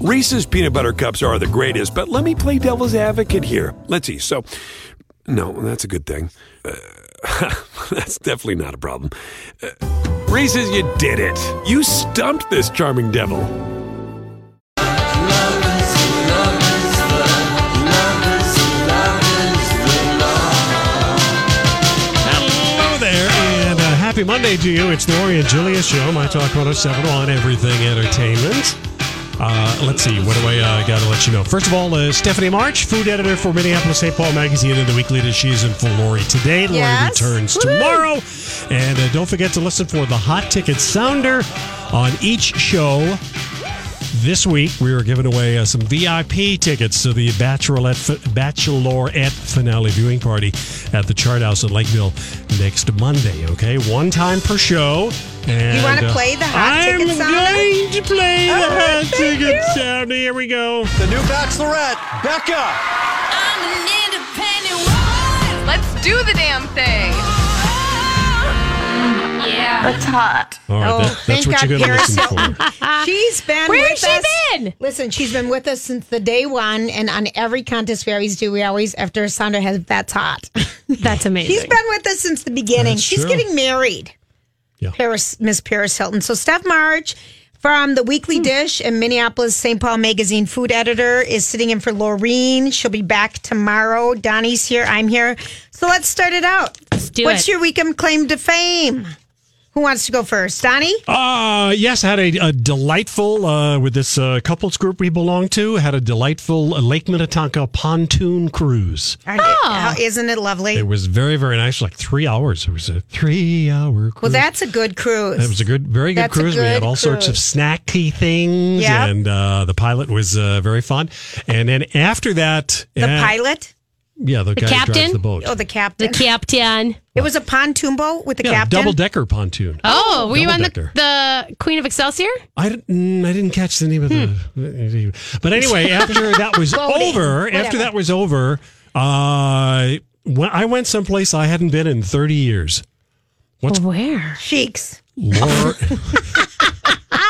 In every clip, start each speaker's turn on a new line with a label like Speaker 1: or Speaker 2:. Speaker 1: Reese's peanut butter cups are the greatest, but let me play devil's advocate here. Let's see. So, no, that's a good thing. Uh, that's definitely not a problem. Uh, Reese's, you did it. You stumped this charming devil.
Speaker 2: Hello there, and uh, happy Monday to you. It's the Ori and Julia Show, My Talk 107 on Everything Entertainment. Uh, let's see, what do I uh, got to let you know? First of all, uh, Stephanie March, food editor for Minneapolis St. Paul Magazine and the Weekly Edition. She is in for Lori today. Lori
Speaker 3: Yes.
Speaker 2: returns
Speaker 3: Woo-hoo.
Speaker 2: tomorrow. And uh, don't forget to listen for the Hot Ticket Sounder on each show this week we were giving away uh, some VIP tickets to the Bachelorette Bachelorette finale viewing party at the Chart House in Lakeville next Monday. Okay, one time per show. And,
Speaker 3: wanna
Speaker 2: uh,
Speaker 3: play the hot
Speaker 2: I'm
Speaker 3: ticket sound?
Speaker 2: going to play the hot
Speaker 3: thank
Speaker 2: ticket
Speaker 3: you.
Speaker 2: sound. Here we go.
Speaker 4: The new bachelorette, Becca.
Speaker 5: I'm an independent woman. oh.
Speaker 6: Let's do the damn thing.
Speaker 5: Yeah.
Speaker 7: It's hot.
Speaker 2: All right,
Speaker 3: Oh,
Speaker 2: that- that's
Speaker 3: thank
Speaker 2: what you're
Speaker 3: God
Speaker 2: going to listen
Speaker 3: Garrison-
Speaker 2: for.
Speaker 3: She's been
Speaker 6: Where's
Speaker 3: with
Speaker 6: she
Speaker 3: us.
Speaker 6: been?
Speaker 3: Listen, she's been with us since the day one, and on every contest we always do, we always after Sandra has that's hot.
Speaker 6: That's amazing.
Speaker 3: She's been with us since the beginning.
Speaker 2: That's
Speaker 3: she's
Speaker 2: true.
Speaker 3: getting married.
Speaker 2: Yeah.
Speaker 3: Paris, Miss Paris Hilton. So Steph March from the Weekly
Speaker 6: Hmm.
Speaker 3: Dish and Minneapolis St. Paul Magazine food editor is sitting in for Laureen. She'll be back tomorrow. Donnie's here. I'm here. So let's start it out. Let's
Speaker 6: do
Speaker 3: What's
Speaker 6: it.
Speaker 3: your weekend claim to fame? Who wants to go first? Donnie?
Speaker 2: Uh, yes, had a, a delightful uh, with this uh, couples group we belong to. Had a delightful uh, Lake Minnetonka pontoon cruise.
Speaker 3: Oh. Isn't it lovely?
Speaker 2: It was very, very nice. Like three hours. It was a three hour cruise.
Speaker 3: well, that's a good cruise.
Speaker 2: Mm. That was a good, very good
Speaker 3: That's a
Speaker 2: cruise. we had
Speaker 3: good
Speaker 2: all sorts of
Speaker 3: cruise.
Speaker 2: snacky things,
Speaker 3: Yeah.
Speaker 2: and uh, the pilot was uh, very fun. And then after that, uh,
Speaker 3: the pilot?
Speaker 2: yeah, the, guy who drives
Speaker 6: captain?
Speaker 2: the boat,
Speaker 3: Oh, the captain.
Speaker 6: the captain.
Speaker 3: it was a pontoon boat with the
Speaker 2: yeah,
Speaker 3: captain.
Speaker 2: double decker pontoon.
Speaker 6: Oh, were you on the,
Speaker 2: Double-decker.
Speaker 6: the Queen of Excelsior?
Speaker 2: I didn't, mm, I didn't catch the name of the.
Speaker 3: Hmm.
Speaker 2: But anyway, after that was over, after that was over, uh, when I went someplace I hadn't been in thirty years.
Speaker 6: Where?
Speaker 3: Cheeks.
Speaker 2: Lord,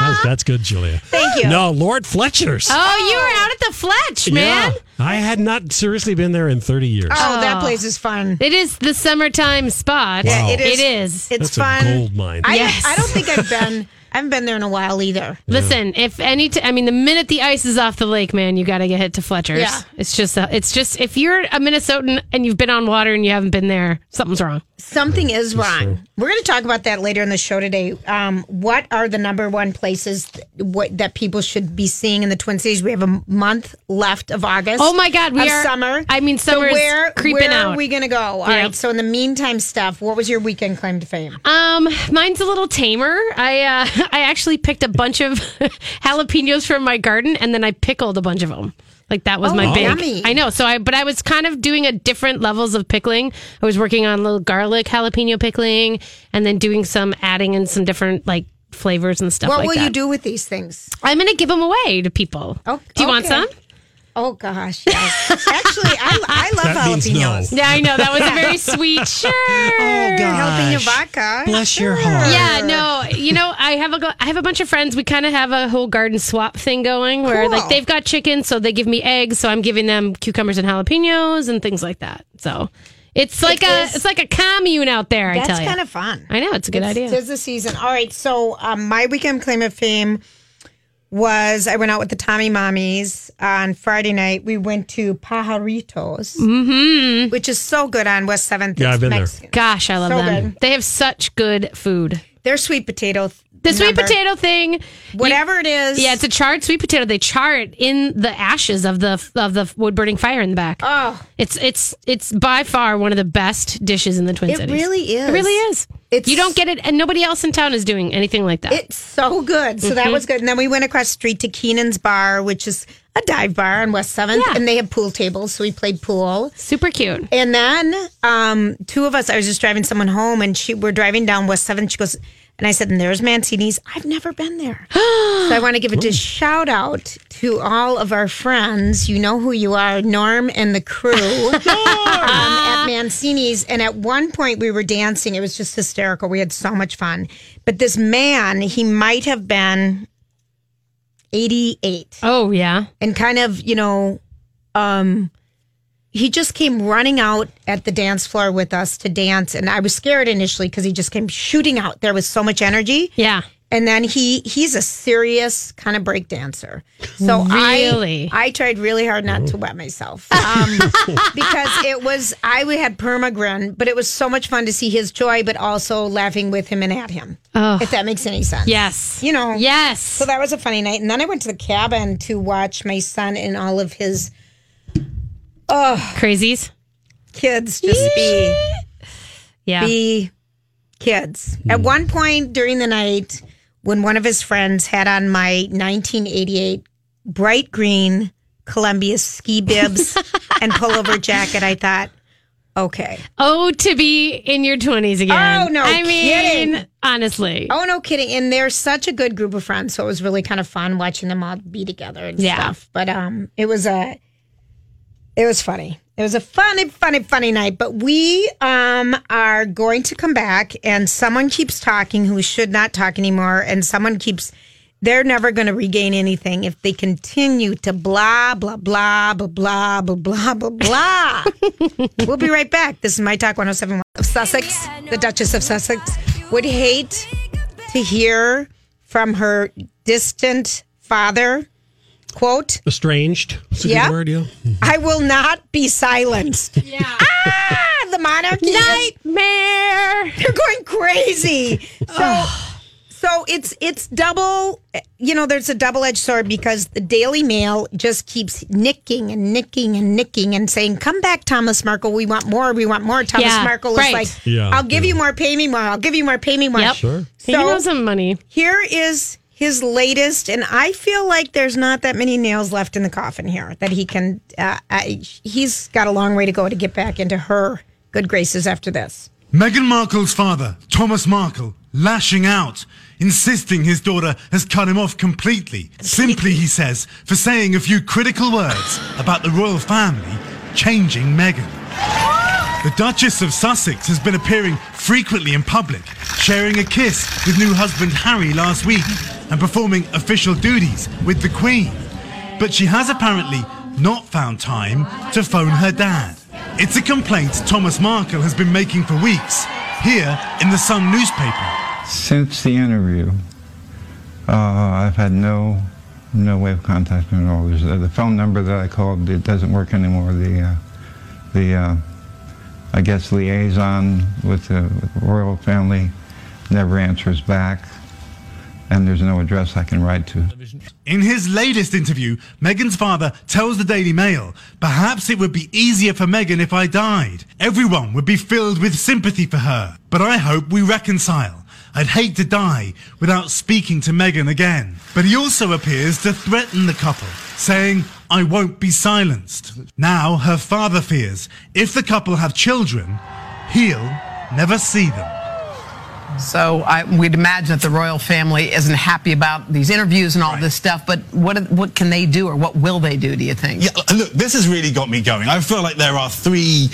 Speaker 2: that's, that's good, Julia.
Speaker 3: Thank you.
Speaker 2: No, Lord Fletcher's.
Speaker 6: Oh, you were out at the Fletch, man.
Speaker 2: Yeah, I had not seriously been there in 30 years.
Speaker 3: Oh, that place is fun.
Speaker 6: It is the summertime spot.
Speaker 2: Yeah, Wow.
Speaker 3: It is.
Speaker 6: It is.
Speaker 3: It's
Speaker 2: That's
Speaker 3: fun.
Speaker 2: a gold mine.
Speaker 3: I,
Speaker 6: Yes.
Speaker 3: I don't think I've been. I haven't been there in a while either.
Speaker 6: Listen, if any, t- I mean, the minute the ice is off the lake, man, you got to get hit to Fletcher's.
Speaker 3: Yeah.
Speaker 6: It's just, a, it's just, if you're a Minnesotan and you've been on water and you haven't been there, something's wrong.
Speaker 3: Something is wrong. We're going to talk about that later in the show today. Um, what are the number one places th- what, that people should be seeing in the Twin Cities? We have a month left of August.
Speaker 6: Oh my God, we
Speaker 3: of
Speaker 6: are-
Speaker 3: summer.
Speaker 6: I mean, summer
Speaker 3: so
Speaker 6: is
Speaker 3: where, where
Speaker 6: creeping
Speaker 3: are
Speaker 6: out.
Speaker 3: we going to go? All right.
Speaker 6: Yep.
Speaker 3: So in the meantime, Steph, what was your weekend claim to fame?
Speaker 6: Um, mine's a little tamer. I uh, I actually picked a bunch of jalapenos from my garden, and then I pickled a bunch of them. Like that was my big.
Speaker 3: Oh, yummy.
Speaker 6: I know. So I, but I was kind of doing a different levels of pickling. I was working on a little garlic jalapeno pickling, and then doing some adding in some different like flavors and stuff.
Speaker 3: What
Speaker 6: like
Speaker 3: will you
Speaker 6: that.
Speaker 3: do with these things?
Speaker 6: I'm gonna give them away to people.
Speaker 3: Oh,
Speaker 6: do you want
Speaker 3: okay.
Speaker 6: some?
Speaker 3: Oh gosh, yes. actually, I, I love
Speaker 2: That means no.
Speaker 3: jalapenos.
Speaker 6: Yeah, I know that was a very sweet. Sure.
Speaker 2: Oh, gosh.
Speaker 3: Jalapeno vodka.
Speaker 2: Bless your heart.
Speaker 6: Yeah, no, you know, I have a go- I have a bunch of friends. We kind of have a whole garden swap thing going where
Speaker 3: Cool.
Speaker 6: like they've got chickens, so they give me eggs, so I'm giving them cucumbers and jalapenos and things like that. So it's like a
Speaker 3: is-
Speaker 6: it's like a commune out there. I
Speaker 3: That's
Speaker 6: tell you,
Speaker 3: kind of fun.
Speaker 6: I know it's a good idea.
Speaker 3: Tis the season. All right. So um, my weekend claim of fame was I went out with the Tommy Mommies on Friday night. We went to Pajaritos, mm-hmm. which is so good on West Seventh.
Speaker 2: Yeah, I've been there.
Speaker 6: Gosh, I love
Speaker 3: So
Speaker 6: them.
Speaker 3: good.
Speaker 6: They have such good food.
Speaker 3: Their sweet potato.
Speaker 6: The sweet
Speaker 3: number,
Speaker 6: potato thing,
Speaker 3: whatever it is.
Speaker 6: yeah, it's a charred sweet potato. They char it in the ashes of the of the wood burning fire in the back.
Speaker 3: oh,
Speaker 6: It's it's it's by far one of the best dishes in the Twin
Speaker 3: It
Speaker 6: Cities.
Speaker 3: really is.
Speaker 6: It really is.
Speaker 3: It's-
Speaker 6: you don't get it, and nobody else in town is doing anything like that. Mm-hmm.
Speaker 3: it's so good. So that was good. And then we went across the street to Keenan's Bar, which is a dive bar on West Seventh,
Speaker 6: Yeah.
Speaker 3: and they have pool tables. So we played pool.
Speaker 6: Super cute.
Speaker 3: And then um, two of us, I was just driving someone home and she we're driving down West 7th. She goes, and I said, and there's Mancini's. I've never been there. so I want to give a just shout out to all of our friends. You know who you are, Norm and the crew um, at Mancini's. And at one point we were dancing. It was just hysterical. We had so much fun. But this man, he might have been 88
Speaker 6: Oh yeah.
Speaker 3: and kind of, you know, um, he just came running out at the dance floor with us to dance. And I was scared initially because he just came shooting out. There was so much energy.
Speaker 6: Yeah.
Speaker 3: And then he he's a serious kind of break dancer. So
Speaker 6: Really?
Speaker 3: I I tried really hard not to wet myself. Um, because it was I had permagrin, but it was so much fun to see his joy, but also laughing with him and at him. If that makes any sense.
Speaker 6: Yes.
Speaker 3: You know.
Speaker 6: Yes.
Speaker 3: So that was a funny night. And then I went to the cabin to watch my son and all of his
Speaker 6: Crazies.
Speaker 3: kids just be
Speaker 6: Yeah.
Speaker 3: be kids. At one point during the night, when one of his friends had on my 1988 bright green Columbia ski bibs and pullover jacket, I thought, okay.
Speaker 6: Oh, to be in your twenties again.
Speaker 3: Oh, no
Speaker 6: I mean,
Speaker 3: kidding.
Speaker 6: honestly.
Speaker 3: Oh no, kidding! And they're such a good group of friends, so it was really kind of fun watching them all be together and
Speaker 6: Yeah.
Speaker 3: stuff. But um, it was a, it was funny. It was a funny, funny, funny night. But we um are going to come back, and someone keeps talking who should not talk anymore, and someone keeps. They're never going to regain anything if they continue to blah blah blah blah blah blah blah blah blah. we'll be right back. This is my talk 107 of Sussex. The Duchess of Sussex would hate to hear from her distant father. Quote,
Speaker 2: Estranged. That's a
Speaker 3: Yeah.
Speaker 2: good word, yeah.
Speaker 3: I will not be silenced. Yeah. Ah, the monarchy. is-
Speaker 6: Nightmare.
Speaker 3: They're going crazy. So so it's it's double you know, there's a double edged sword because the Daily Mail just keeps nicking and nicking and nicking and saying, Come back, Thomas Markle, we want more, we want more. Thomas
Speaker 6: Yeah,
Speaker 3: Markle is
Speaker 6: right.
Speaker 3: like,
Speaker 2: Yeah,
Speaker 3: I'll give
Speaker 2: yeah.
Speaker 3: you more, pay me more, I'll give you more, pay me more.
Speaker 6: Yep.
Speaker 2: Sure.
Speaker 6: He knows
Speaker 3: So-
Speaker 6: some money.
Speaker 3: Here is his latest, and I feel like there's not that many nails left in the coffin here that he can. Uh, I, he's got a long way to go to get back into her good graces after this.
Speaker 7: Meghan Markle's father, Thomas Markle, lashing out, insisting his daughter has cut him off completely, simply, he says, for saying a few critical words about the royal family changing Meghan. The Duchess of Sussex has been appearing frequently in public, sharing a kiss with new husband Harry last week, and performing official duties with the Queen. But she has apparently not found time to phone her dad. It's a complaint Thomas Markle has been making for weeks, here in the Sun newspaper.
Speaker 8: Since the interview, uh, I've had no no way of contacting her at all. There's, uh, the phone number that I called it doesn't work anymore. The uh, the uh, I guess liaison with the, with the royal family never answers back, and there's no address I can write to.
Speaker 7: In his latest interview, Meghan's father tells the Daily Mail, Perhaps it would be easier for Meghan if I died. Everyone would be filled with sympathy for her. But I hope we reconcile. I'd hate to die without speaking to Meghan again. But he also appears to threaten the couple, saying, I won't be silenced. Now her father fears if the couple have children, he'll never see them.
Speaker 9: So I, we'd imagine that the royal family isn't happy about these interviews and all this stuff. But what what can they do, or what will they do? Do you think?
Speaker 10: Yeah, l- look, this has really got me going. I feel like there are three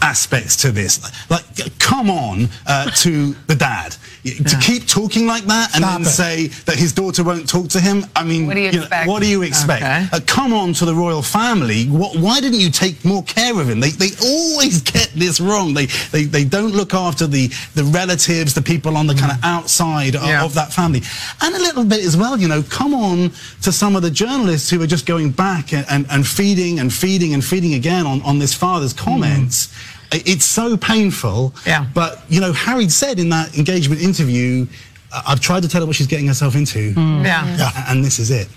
Speaker 10: aspects to this. Like, come on uh, to the dad. Y- To keep talking like that and
Speaker 7: Stop
Speaker 10: then
Speaker 7: it.
Speaker 10: say that his daughter won't talk to him, I mean,
Speaker 9: What do you
Speaker 10: know,
Speaker 9: expect?
Speaker 10: what do you expect?
Speaker 9: Okay.
Speaker 10: Uh, come on to the royal family. What, why didn't you take more care of him? They, they always get this wrong. They, they, they don't look after the, the relatives, the people on the kind of outside o-
Speaker 9: Mm. Yeah.
Speaker 10: of that family. And a little bit as well, you know, come on to some of the journalists who are just going back and, and, and feeding and feeding and feeding again on, on this father's comments. I- It's so painful.
Speaker 9: Mm. Yeah.
Speaker 10: But, you know, Harry said in that engagement interview, "I- I've tried to tell her what she's getting herself into.
Speaker 9: Mm. Yeah.
Speaker 10: Yeah, And this is it.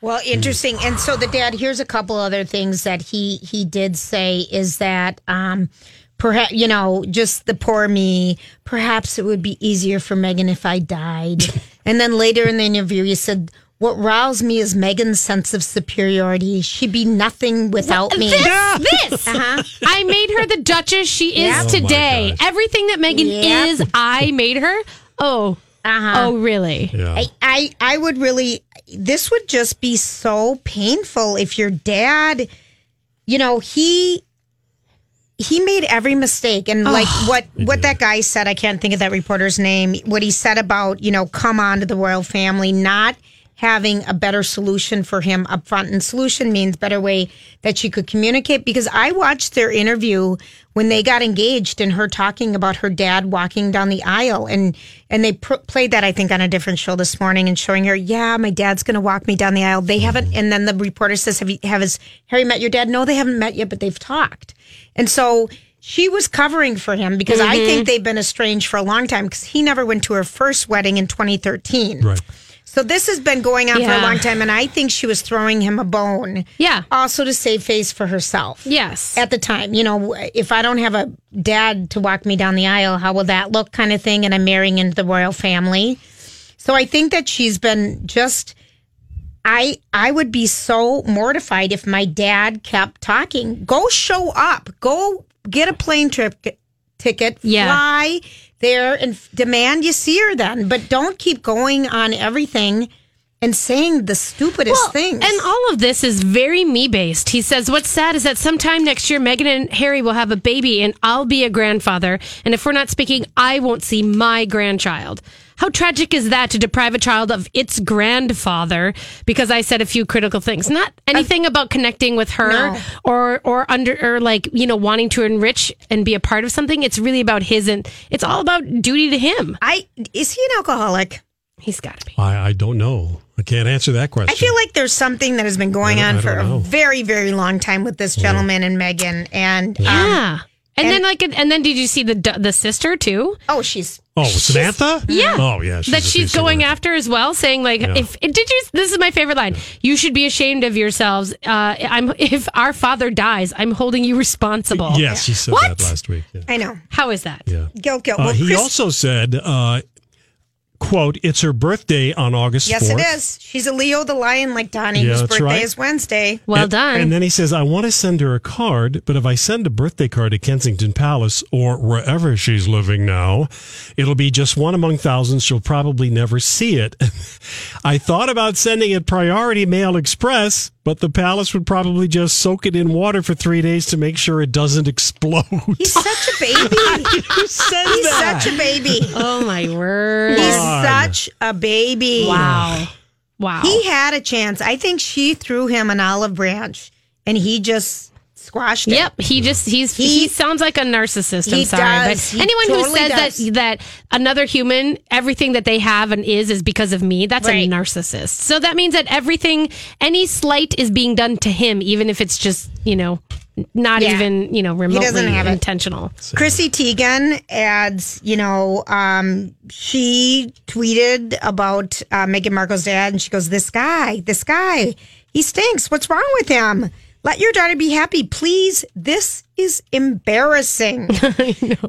Speaker 3: Well, interesting. And so the dad. Here's a couple other things that he he did say is that um, perhaps you know just the poor me. Perhaps it would be easier for Megan if I died. and then later in the interview, he said. What roused me is Megan's sense of superiority. She'd be nothing without me.
Speaker 6: This, this. Uh-huh. I made her the Duchess she is
Speaker 3: Yeah. Oh my
Speaker 6: today. Everything that Megan
Speaker 3: Yeah.
Speaker 6: is, I made her. Oh,
Speaker 3: Uh-huh.
Speaker 6: oh, really?
Speaker 2: Yeah.
Speaker 3: I, I I would really this would just be so painful if your dad you know he he made every mistake and like what what that guy said I can't think of that reporter's name what he said about you know come on to the royal family not having a better solution for him up front. And solution means better way that she could communicate because I watched their interview when they got engaged and her talking about her dad walking down the aisle and and they pr- played that I think on a different show this morning and showing her, yeah, my dad's going to walk me down the aisle. They haven't and then the reporter says, "Have you have his Harry met your dad?" No, they haven't met yet, but they've talked. And so she was covering for him because I
Speaker 6: Mm-hmm.
Speaker 3: think they've been estranged for a long time because he never went to her first wedding in 2013.
Speaker 2: Right.
Speaker 3: So this has been going on for a
Speaker 6: Yeah.
Speaker 3: long time, and I think she was throwing him a bone.
Speaker 6: Yeah.
Speaker 3: Also to save face for herself.
Speaker 6: Yes.
Speaker 3: At the time, you know, if I don't have a dad to walk me down the aisle, how will that look, kind of thing? And I'm marrying into the royal family. So I think that she's been just. I I would be so mortified if my dad kept talking. Go show up. Go get a plane trip ticket.
Speaker 6: Yeah.
Speaker 3: Fly there and f- demand you see her then, but don't keep going on everything and saying the stupidest things.
Speaker 6: And all of this is very me based. He says, What's sad is that sometime next year, Meghan and Harry will have a baby and I'll be a grandfather. And if we're not speaking, I won't see my grandchild. How tragic is that to deprive a child of its grandfather because I said a few critical things? Not anything about connecting with her
Speaker 3: No.
Speaker 6: or or under or like you know wanting to enrich and be a part of something. It's really about his and it's all about duty to him.
Speaker 3: I is he an alcoholic?
Speaker 6: He's got to be.
Speaker 2: I, I don't know. I can't answer that question.
Speaker 3: I feel like there's something that has been going
Speaker 2: I don't-
Speaker 3: on
Speaker 2: I
Speaker 3: for
Speaker 2: don't know.
Speaker 3: a very, very long time with this gentleman and Megan. And um,
Speaker 6: Yeah. And, then like and then did you see the d- the sister too?
Speaker 3: oh, she's
Speaker 2: Oh, Samantha?
Speaker 6: Yeah.
Speaker 2: Oh, yeah. a
Speaker 6: that she's
Speaker 2: piece of
Speaker 6: going
Speaker 2: work.
Speaker 6: after as well, saying like,
Speaker 2: Yeah.
Speaker 6: if did you? This is my favorite line. You should be ashamed of yourselves. Uh, I'm if our father dies, I'm holding you responsible.
Speaker 2: Yes, she said
Speaker 6: What?
Speaker 2: that last week. Yeah.
Speaker 3: I know.
Speaker 6: How is that?
Speaker 2: yeah.
Speaker 3: Guilt, guilt.
Speaker 2: Uh,
Speaker 3: Well,
Speaker 2: he
Speaker 3: Chris-
Speaker 2: also said, uh, "quote It's her birthday on August
Speaker 3: Yes,
Speaker 2: 4th.
Speaker 3: it is. She's a Leo the lion like Donnie,
Speaker 2: Yeah,
Speaker 3: whose
Speaker 2: that's
Speaker 3: birthday
Speaker 2: right.
Speaker 3: is Wednesday.
Speaker 6: Well
Speaker 2: and,
Speaker 6: done.
Speaker 2: And then he says, "I want to send her a card, but if I send a birthday card to Kensington Palace or wherever she's living now, it'll be just one among thousands. She'll probably never see it. I thought about sending it Priority Mail Express, but the palace would probably just soak it in water for three days to make sure it doesn't explode."
Speaker 3: He's such a baby.
Speaker 2: Who says
Speaker 3: He's
Speaker 2: that?
Speaker 3: such a baby.
Speaker 6: oh my word!
Speaker 3: He's
Speaker 2: on.
Speaker 3: such a baby.
Speaker 6: wow, wow.
Speaker 3: He had a chance. I think she threw him an olive branch and he just squashed it.
Speaker 6: Yep, he just he's he,
Speaker 3: He-
Speaker 6: sounds like a narcissist. I'm
Speaker 3: He
Speaker 6: sorry,
Speaker 3: does.
Speaker 6: but
Speaker 3: He
Speaker 6: anyone who
Speaker 3: totally does.
Speaker 6: says that that another human, everything that they have and is is because of me, that's a
Speaker 3: Right.
Speaker 6: narcissist. So that means that everything, any slight is being done to him, even if it's just you know not
Speaker 3: Yeah.
Speaker 6: even you know remotely
Speaker 3: doesn't have it.
Speaker 6: intentional.
Speaker 3: Chrissy Teigen adds, you know, um, she tweeted about uh, Meghan Markle's dad, and she goes, "This guy, this guy, he stinks. What's wrong with him? Let your daughter be happy, please. This is embarrassing.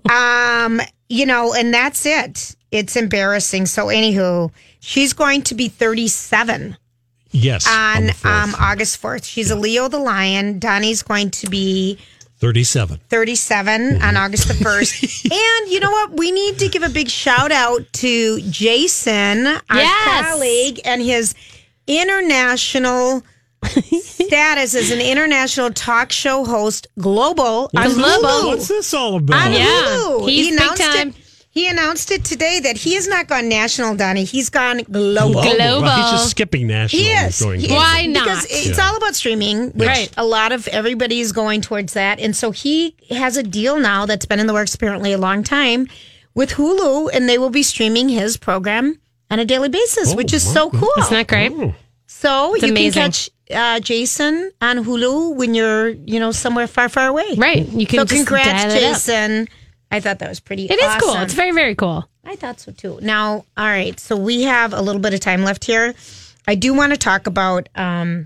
Speaker 3: Um, you know, and that's it. It's embarrassing. So, anywho, she's going to be 37
Speaker 2: yes, on
Speaker 3: on
Speaker 2: the
Speaker 3: um,
Speaker 2: 4th.
Speaker 3: August 4th. She's a Leo the Lion. Donnie's going to be
Speaker 2: thirty-seven.
Speaker 3: 37 on August the 1st. and you know what? We need to give a big shout out to Jason, our
Speaker 6: Yes.
Speaker 3: colleague, and his international status as an international talk show host, global. on
Speaker 6: Global.
Speaker 3: Hulu.
Speaker 2: What's this all about?
Speaker 3: On
Speaker 6: Yeah.
Speaker 3: Hulu.
Speaker 6: he's
Speaker 3: he
Speaker 6: big
Speaker 3: announced
Speaker 6: time.
Speaker 3: it. He announced it today that he has not gone national, Donnie. He's gone global.
Speaker 6: Global.
Speaker 2: Well, he's just skipping national.
Speaker 3: He
Speaker 2: and
Speaker 3: is.
Speaker 2: Going
Speaker 3: He
Speaker 2: global.
Speaker 6: Why not?
Speaker 3: Because it's all about streaming, which
Speaker 6: Right.
Speaker 3: a lot of everybody is going towards that. And so he has a deal now that's been in the works apparently a long time with Hulu, and they will be streaming his program on a daily basis,
Speaker 2: Oh,
Speaker 3: which is
Speaker 2: my
Speaker 3: so
Speaker 2: goodness.
Speaker 3: cool.
Speaker 6: Isn't that great?
Speaker 3: so you
Speaker 6: amazing.
Speaker 3: can catch uh, Jason on Hulu when you're, you know, somewhere far, far away.
Speaker 6: Right. You can
Speaker 3: So
Speaker 6: just dial
Speaker 3: congrats,
Speaker 6: it up.
Speaker 3: Jason. I thought that was pretty.
Speaker 6: It is cool.
Speaker 3: awesome.
Speaker 6: It's very very cool.
Speaker 3: I thought so too. Now, all right. So we have a little bit of time left here. I do want to talk about um,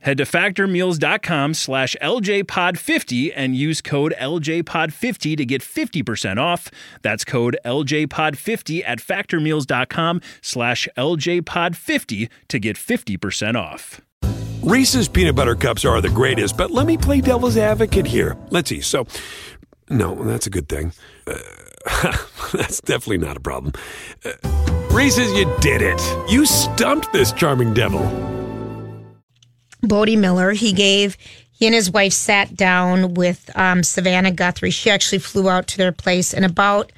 Speaker 11: Head to factormeals.com slash LJPod50 and use code LJPod50 to get 50% off. That's code LJPod50 at factormeals.com slash LJPod50 to get 50% off.
Speaker 1: Reese's peanut butter cups are the greatest, but let me play devil's advocate here. Let's see. So, no, that's a good thing. Uh, that's definitely not a problem. Uh, Reese's, you did it. You stumped this charming devil.
Speaker 3: Bodie Miller. He gave he and his wife sat down with um, Savannah Guthrie. She actually flew out to their place, and about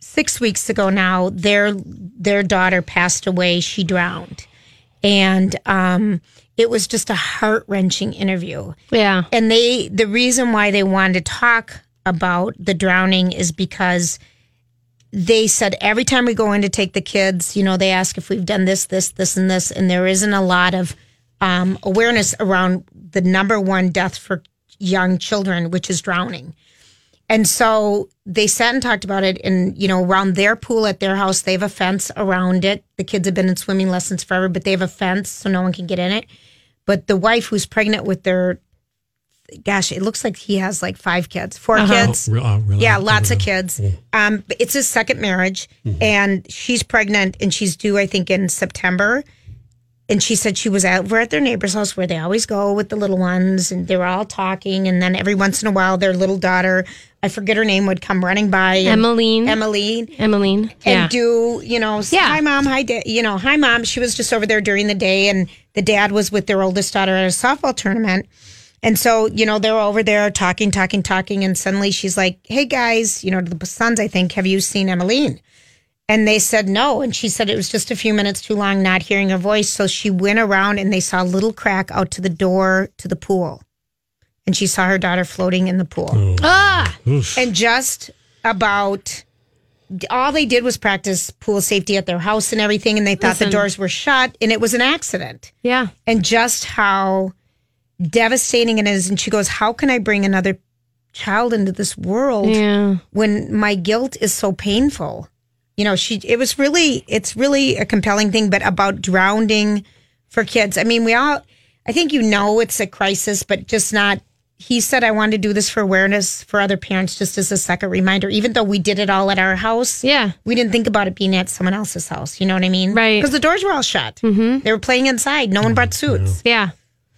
Speaker 3: six weeks ago now, their their daughter passed away. She drowned, and um, it was just a heart wrenching interview.
Speaker 6: Yeah.
Speaker 3: And they the reason why they wanted to talk about the drowning is because they said every time we go in to take the kids, you know, they ask if we've done this, this, this, and this, and there isn't a lot of um, awareness around the number one death for young children, which is drowning. And so they sat and talked about it, and you know, around their pool at their house, they have a fence around it. The kids have been in swimming lessons forever, but they have a fence so no one can get in it. But the wife who's pregnant with their, gosh, it looks like he has like five kids, 4
Speaker 2: Uh-huh.
Speaker 3: kids,
Speaker 2: Oh, re- oh, really? Oh.
Speaker 3: yeah, lots of kids.
Speaker 2: Yeah.
Speaker 3: Um, but it's his second marriage,
Speaker 2: Mm-hmm.
Speaker 3: and she's pregnant, and she's due, I think, in September and she said she was over at their neighbor's house where they always go with the little ones and they were all talking and then every once in a while their little daughter i forget her name would come running by and-
Speaker 6: Emmeline.
Speaker 3: emmeline
Speaker 6: Emmeline.
Speaker 3: and
Speaker 6: yeah.
Speaker 3: do you know yeah. hi mom hi dad you know hi mom she was just over there during the day and the dad was with their oldest daughter at a softball tournament and so you know they're over there talking talking talking and suddenly she's like hey guys you know to the sons i think have you seen emmeline and they said no and she said it was just a few minutes too long not hearing her voice so she went around and they saw a little crack out to the door to the pool and she saw her daughter floating in the pool
Speaker 6: ah!
Speaker 3: and just about all they did was practice pool safety at their house and everything and they thought
Speaker 6: Listen.
Speaker 3: the doors were shut and it was an accident
Speaker 6: Yeah.
Speaker 3: and just how devastating it is and she goes how can i bring another child into this world
Speaker 6: Yeah.
Speaker 3: when my guilt is so painful you know she it was really it's really a compelling thing but about drowning for kids i mean we all i think you know it's a crisis but just not he said i wanted to do this for awareness for other parents just as a second reminder even though we did it all at our house
Speaker 6: Yeah.
Speaker 3: we didn't think about it being at someone else's house you know what i mean
Speaker 6: Right.
Speaker 3: because the doors were all shut mm-hmm. they were playing inside no one brought suits
Speaker 6: Yeah.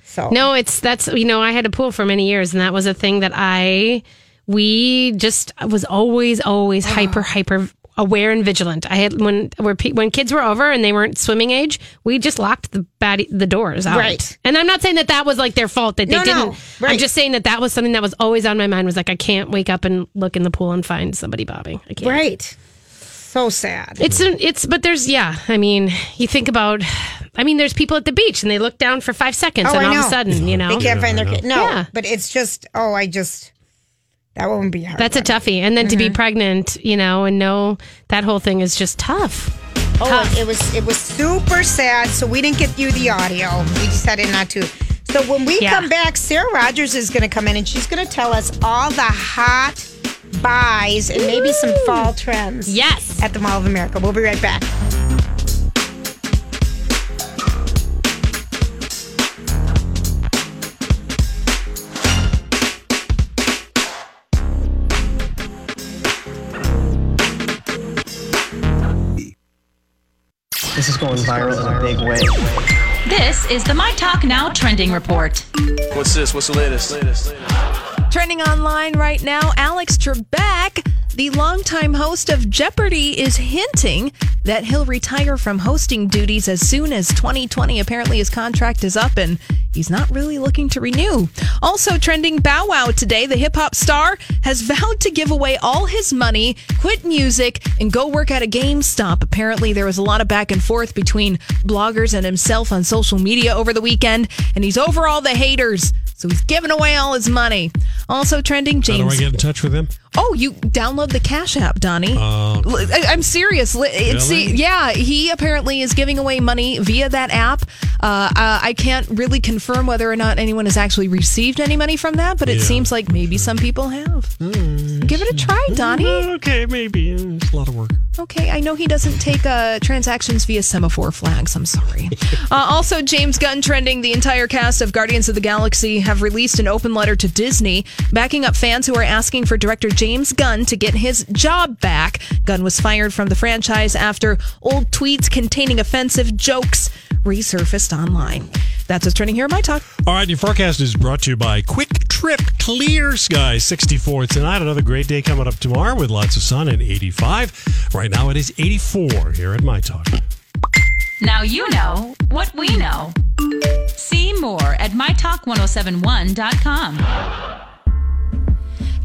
Speaker 3: so
Speaker 6: No, it's that's you know I had a pool for many years, and that was a thing that I we just was always always hyper hyper aware and vigilant. I had when where pe- when kids were over and they weren't swimming age, we just locked the bad the doors out.
Speaker 3: Right.
Speaker 6: And I'm not saying that that was like their fault that they
Speaker 3: No, no.
Speaker 6: didn't. I'm
Speaker 3: Right.
Speaker 6: just saying that that was something that was always on my mind. Was like I can't wake up and look in the pool and find somebody bobbing. I can't.
Speaker 3: right so sad
Speaker 6: It's an, it's but there's yeah. I mean, you think about. I mean, there's people at the beach and they look down for five seconds,
Speaker 3: Oh, I
Speaker 6: and all of a
Speaker 3: know.
Speaker 6: sudden, you know,
Speaker 3: They can't find their kid. No,
Speaker 6: Yeah.
Speaker 3: but it's just oh, I just that wouldn't be hard.
Speaker 6: That's a toughie. And then to
Speaker 12: Mm-hmm.
Speaker 6: be pregnant, you know, and know that whole thing is just tough.
Speaker 3: oh,
Speaker 6: tough.
Speaker 3: It was it was super sad. So we didn't get you the audio. We decided not to. So when we
Speaker 6: Yeah.
Speaker 3: come back, Sarah Rogers is going to come in and she's going to tell us all the hot buys and maybe some fall trends.
Speaker 6: Yes.
Speaker 3: At the Mall of America. We'll be right back.
Speaker 13: This is going viral in a big way.
Speaker 14: This is the My Talk Now trending report.
Speaker 4: What's this? What's the latest? latest?
Speaker 12: Trending online right now, Alex Trebek, the longtime host of Jeopardy, is hinting that he'll retire from hosting duties as soon as 2020. Apparently, his contract is up and he's not really looking to renew. Also, trending Bow Wow today, the hip hop star has vowed to give away all his money, quit music, and go work at a GameStop. Apparently, there was a lot of back and forth between bloggers and himself on social media over the weekend, and he's over all the haters. So he's giving away all his money. Also trending,
Speaker 2: How do I
Speaker 12: James.
Speaker 2: get in touch with him?
Speaker 12: Oh, you download the Cash App, Donnie.
Speaker 2: Uh,
Speaker 12: L- I- I'm serious. Li- It's
Speaker 2: Really?
Speaker 12: yeah. He apparently is giving away money via that app. Uh, uh, I can't really confirm whether or not anyone has actually received any money from that, but it
Speaker 2: Yeah.
Speaker 12: seems like maybe some people have. Give it a try, Donnie.
Speaker 2: okay, maybe. It's a lot of work.
Speaker 12: Okay, I know he doesn't take uh, transactions via semaphore flags. I'm sorry. uh, also, James Gunn trending. The entire cast of Guardians of the Galaxy have released an open letter to Disney, backing up fans who are asking for director James Gunn to get his job back. Gunn was fired from the franchise after old tweets containing offensive jokes resurfaced online. That's what's trending here at my talk.
Speaker 2: All right, your forecast is brought to you by Quick Trip Clear Sky 64 tonight. Another great day coming up tomorrow with lots of sun and 85. Right now it is 84 here at My Talk.
Speaker 14: Now you know what we know. See more at mytalk1071.com.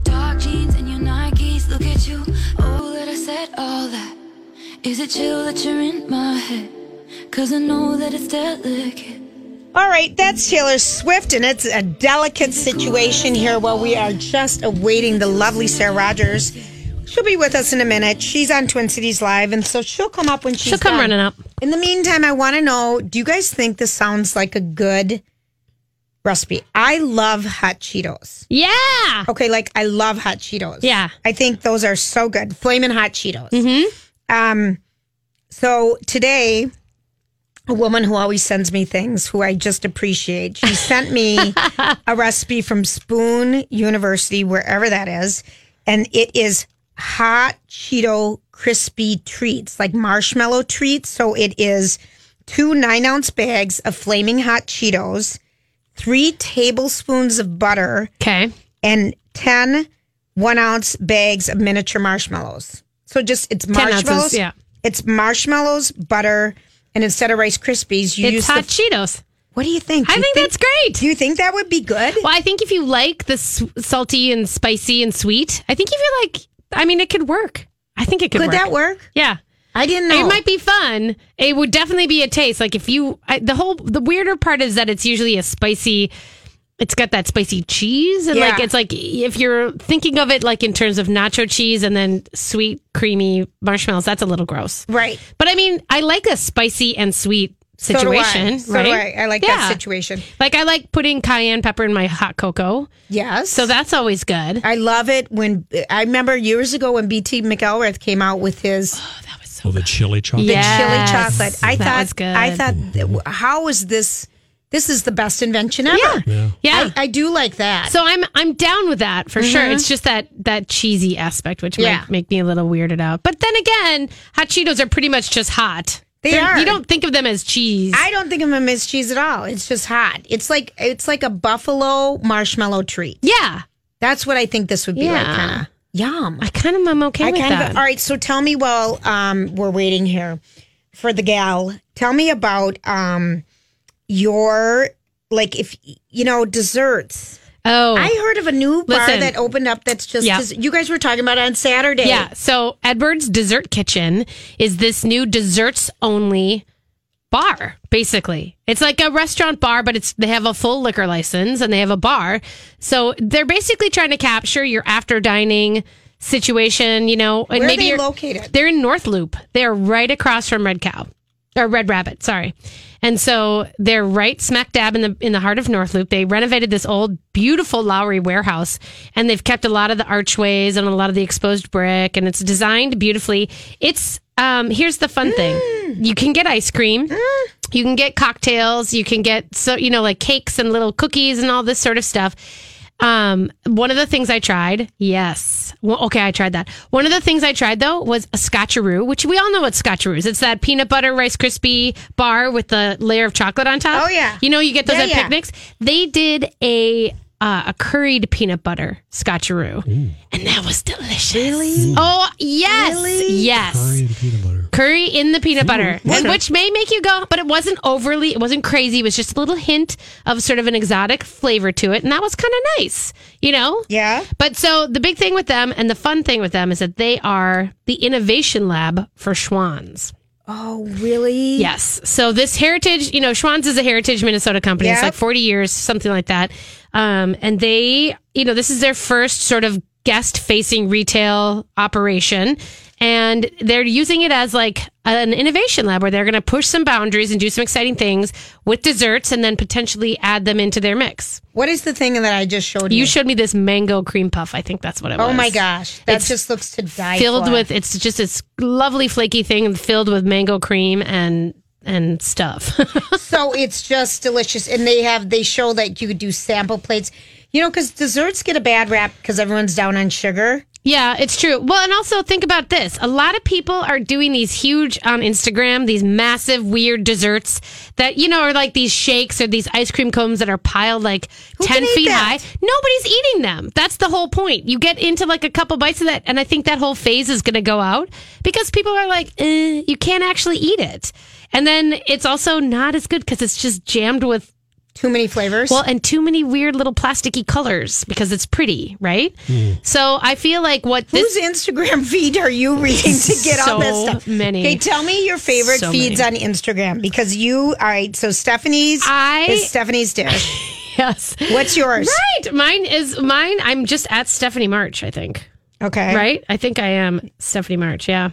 Speaker 5: Dark jeans and your Nikes, look at you. Oh, that I said all that. Is it chill that you're in my head? Cause I know that it's delicate.
Speaker 3: All right, that's Taylor Swift, and it's a delicate situation here while we are just awaiting the lovely Sarah Rogers. She'll be with us in a minute. She's on Twin Cities Live, and so she'll come up when she's
Speaker 6: She'll come
Speaker 3: done.
Speaker 6: running up.
Speaker 3: In the meantime, I want to know do you guys think this sounds like a good recipe? I love hot Cheetos.
Speaker 6: Yeah.
Speaker 3: Okay, like I love hot Cheetos.
Speaker 6: Yeah. Mm-hmm.
Speaker 3: I think those are so good. Flamin' hot Cheetos. Um, so today, a woman who always sends me things who I just appreciate, she sent me a recipe from Spoon University, wherever that is. And it is hot Cheeto crispy treats, like marshmallow treats. So it is two nine ounce bags of flaming hot Cheetos, three tablespoons of butter.
Speaker 6: Okay.
Speaker 3: And 10 one ounce bags of miniature marshmallows. So just it's
Speaker 6: 10 ounces,
Speaker 3: marshmallows.
Speaker 6: yeah.
Speaker 3: It's marshmallows, butter, and instead of Rice Krispies, you
Speaker 6: It's
Speaker 3: use the-
Speaker 6: hot Cheetos.
Speaker 3: What do you think?
Speaker 6: I
Speaker 3: Do you
Speaker 6: think that's great.
Speaker 3: Do you think that would be good?
Speaker 6: Well, I think if you like the s- salty and spicy and sweet, I think if you like, I mean, it could work. I think it could.
Speaker 3: Could that work?
Speaker 6: Yeah.
Speaker 3: I didn't know.
Speaker 6: It might be fun. It would definitely be a taste. Like if you, I, the whole, the weirder part is that it's usually a spicy. It's got that spicy cheese, and like
Speaker 3: Yeah.
Speaker 6: it's like if you're thinking of it like in terms of nacho cheese and then sweet creamy marshmallows, that's a little gross.
Speaker 3: Right.
Speaker 6: But I mean, I like a spicy and sweet
Speaker 3: So do I.
Speaker 6: situation.
Speaker 3: So do
Speaker 6: right?
Speaker 3: I. I like
Speaker 6: Yeah.
Speaker 3: that situation.
Speaker 6: Like I like putting cayenne pepper in my hot cocoa.
Speaker 3: Yes.
Speaker 6: So that's always good.
Speaker 3: I love it when I remember years ago when BT McElrath came out with his
Speaker 2: Oh, the chili chocolate.
Speaker 3: the
Speaker 6: Yes.
Speaker 3: chili chocolate. I
Speaker 6: That
Speaker 3: thought
Speaker 6: was good.
Speaker 3: I thought how is this this is the best invention ever.
Speaker 2: Yeah.
Speaker 6: Yeah.
Speaker 3: I, I do like that.
Speaker 6: so I'm I'm down with that for sure.
Speaker 3: Mhm.
Speaker 6: It's just that that cheesy aspect which
Speaker 3: Yeah.
Speaker 6: might make me a little weirded out. But then again, hot Cheetos are pretty much just hot.
Speaker 3: They
Speaker 6: They're-
Speaker 3: are.
Speaker 6: You don't think of them as cheese.
Speaker 3: I don't think of them as cheese at all. It's just hot. It's like it's like a buffalo marshmallow treat.
Speaker 6: yeah.
Speaker 3: That's what I think this would be like.
Speaker 6: Yeah.
Speaker 3: Kind of yum.
Speaker 6: I kind of am okay
Speaker 3: I
Speaker 6: with
Speaker 3: kind
Speaker 6: that.
Speaker 3: of. All right. So tell me while um, we're waiting here for the gal. Tell me about um, your like if you know desserts.
Speaker 6: oh.
Speaker 3: I heard of a new bar
Speaker 6: Listen.
Speaker 3: that opened up. That's just
Speaker 6: Yeah.
Speaker 3: you guys were talking about it on Saturday.
Speaker 6: Yeah. So Edward's Dessert Kitchen is this new desserts only bar, basically. It's like a restaurant bar, but it's they have a full liquor license and they have a bar. So they're basically trying to capture your after dining situation, you know, and
Speaker 3: Where are
Speaker 6: maybe
Speaker 3: they
Speaker 6: you're-
Speaker 3: located?
Speaker 6: They're in North Loop. They're right across from Red Cow. Or Red Rabbit, sorry. And so they're right smack dab in the in the heart of North Loop. They renovated this old beautiful Lowry warehouse and they've kept a lot of the archways and a lot of the exposed brick and it's designed beautifully. It's um here's the fun thing. You can get ice cream. You can get cocktails, you can get so you know like cakes and little cookies and all this sort of stuff. Um, one of the things I tried, yes. Well, okay, I tried that. One of the things I tried though was a scotcheroo, which we all know what scotcheroo is. It's that peanut butter rice crispy bar with the layer of chocolate on top.
Speaker 3: Oh, yeah.
Speaker 6: you know you get those
Speaker 3: Yeah,
Speaker 6: at
Speaker 3: yeah.
Speaker 6: picnics. They did a uh, a curried peanut butter scotcheroo, and that was delicious. Oh yes, yes
Speaker 2: Curry and peanut butter.
Speaker 6: curry in the peanut butter, and which may make you go, but it wasn't overly, it wasn't crazy. It was just a little hint of sort of an exotic flavor to it. And that was kind of nice, you know?
Speaker 3: Yeah.
Speaker 6: But so the big thing with them and the fun thing with them is that they are the innovation lab for Schwann's.
Speaker 3: Oh, really?
Speaker 6: Yes. So this heritage, you know, Schwann's is a heritage Minnesota company. It's
Speaker 3: Yep.
Speaker 6: like 40 years, something like that. Um, and they, you know, this is their first sort of guest facing retail operation. And they're using it as like an innovation lab where they're going to push some boundaries and do some exciting things with desserts and then potentially add them into their mix.
Speaker 3: What is the thing that I just showed you?
Speaker 6: You showed me this mango cream puff. I think that's what it was.
Speaker 3: Oh my gosh, that
Speaker 6: It's
Speaker 3: just looks to die
Speaker 6: filled
Speaker 3: for.
Speaker 6: with it's just this lovely flaky thing filled with mango cream and and stuff.
Speaker 3: so it's just delicious, and they have they show that you could do sample plates. You know, because desserts get a bad rap because everyone's down on sugar.
Speaker 6: Yeah, it's true. Well, and also think about this. A lot of people are doing these huge on Instagram, these massive weird desserts that, you know, are like these shakes or these ice cream cones that are piled like 10
Speaker 3: can eat
Speaker 6: feet
Speaker 3: that?
Speaker 6: high. Nobody's eating them. That's the whole point. You get into like a couple bites of that. And I think that whole phase is going to go out because people are like, eh, you can't actually eat it. And then it's also not as good because it's just jammed with
Speaker 3: too many flavors.
Speaker 6: Well, and too many weird little plasticky colors because it's pretty, right? So I feel like what this
Speaker 3: Whose Instagram feed are you reading to get all this
Speaker 6: So
Speaker 3: stuff?
Speaker 6: many.
Speaker 3: Okay, tell me your favorite
Speaker 6: So
Speaker 3: feeds
Speaker 6: many.
Speaker 3: on Instagram because you. All right, so Stephanie's
Speaker 6: I-
Speaker 3: is Stephanie's dish.
Speaker 6: yes.
Speaker 3: What's yours?
Speaker 6: Right. Mine is mine. I'm just at Stephanie March, I think.
Speaker 3: Okay.
Speaker 6: Right? I think I am Stephanie March. Yeah.